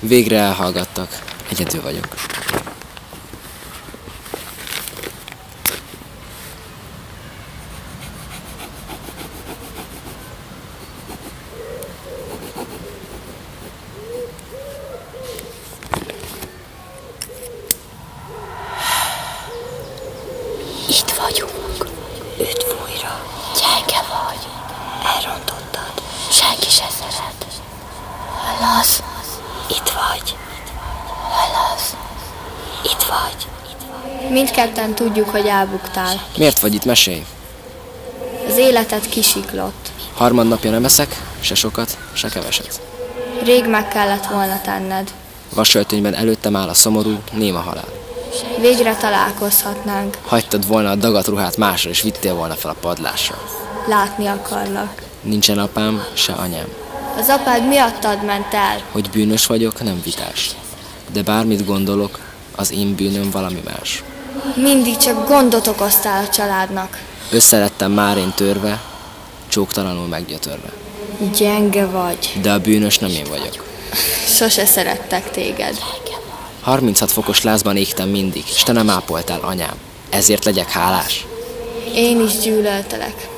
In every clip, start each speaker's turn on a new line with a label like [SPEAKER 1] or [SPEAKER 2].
[SPEAKER 1] Végre elhallgattak. Egyedül vagyok.
[SPEAKER 2] Itt vagyunk. Üdv újra. Gyenge vagy. Elrontottad. Senki se szeret. Hallasz? Itt vagy. Hallasz? Itt vagy.
[SPEAKER 3] Mindketten tudjuk, hogy elbuktál.
[SPEAKER 1] Miért vagy itt? Mesélj!
[SPEAKER 3] Az életed kisiklott.
[SPEAKER 1] Harmadnapja nem eszek, se sokat, se keveset.
[SPEAKER 3] Rég meg kellett volna tenned.
[SPEAKER 1] Vasöltönyben előttem áll a szomorú, néma halál.
[SPEAKER 3] Végre találkozhatnánk.
[SPEAKER 1] Hagytad volna a dagat ruhát másra, és vittél volna fel a padlásra.
[SPEAKER 3] Látni akarlak.
[SPEAKER 1] Nincsen apám, se anyám.
[SPEAKER 3] Az apád miattad ment el.
[SPEAKER 1] Hogy bűnös vagyok, nem vitás. De bármit gondolok, az én bűnöm valami más.
[SPEAKER 3] Mindig csak gondot okoztál a családnak.
[SPEAKER 1] Összelettem már én törve, csóktalanul meggyötörve.
[SPEAKER 3] Gyenge vagy.
[SPEAKER 1] De a bűnös nem én vagyok.
[SPEAKER 3] Sose szerettek téged.
[SPEAKER 1] 36 fokos lázban égtem mindig, és te nem ápoltál, anyám. Ezért legyek hálás.
[SPEAKER 3] Én is gyűlöltelek.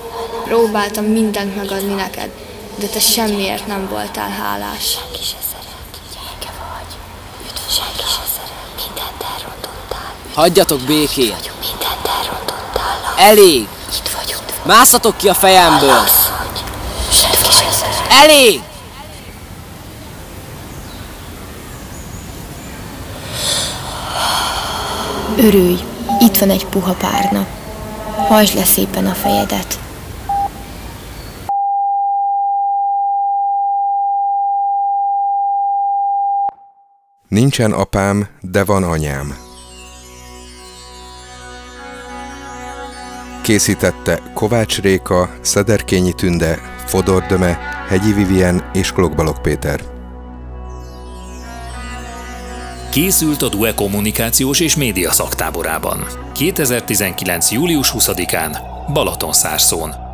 [SPEAKER 3] Próbáltam mindent megadni neked, de te semmiért nem voltál hálás.
[SPEAKER 2] Senki se szeret. Gyenge vagy. Üdv Senki se szeret. Mindent elrontottál.
[SPEAKER 1] Hagyjatok békén!
[SPEAKER 2] Mindent elrontottál. Laci.
[SPEAKER 1] Elég!
[SPEAKER 2] Itt vagyunk.
[SPEAKER 1] Mászatok ki a fejemből!
[SPEAKER 2] Asszony. Senki se szeret.
[SPEAKER 1] Elég!
[SPEAKER 4] Örülj, itt van egy puha párna. Hajtsd le szépen a fejedet.
[SPEAKER 5] Nincsen apám, de van anyám. Készítette Kovács Réka, Szederkényi Tünde, Fodor Döme, Hegyi Vivien és Klokbalog Péter.
[SPEAKER 6] Készült a DUE kommunikációs és média szaktáborában. 2019. július 20-án Balatonszárszón.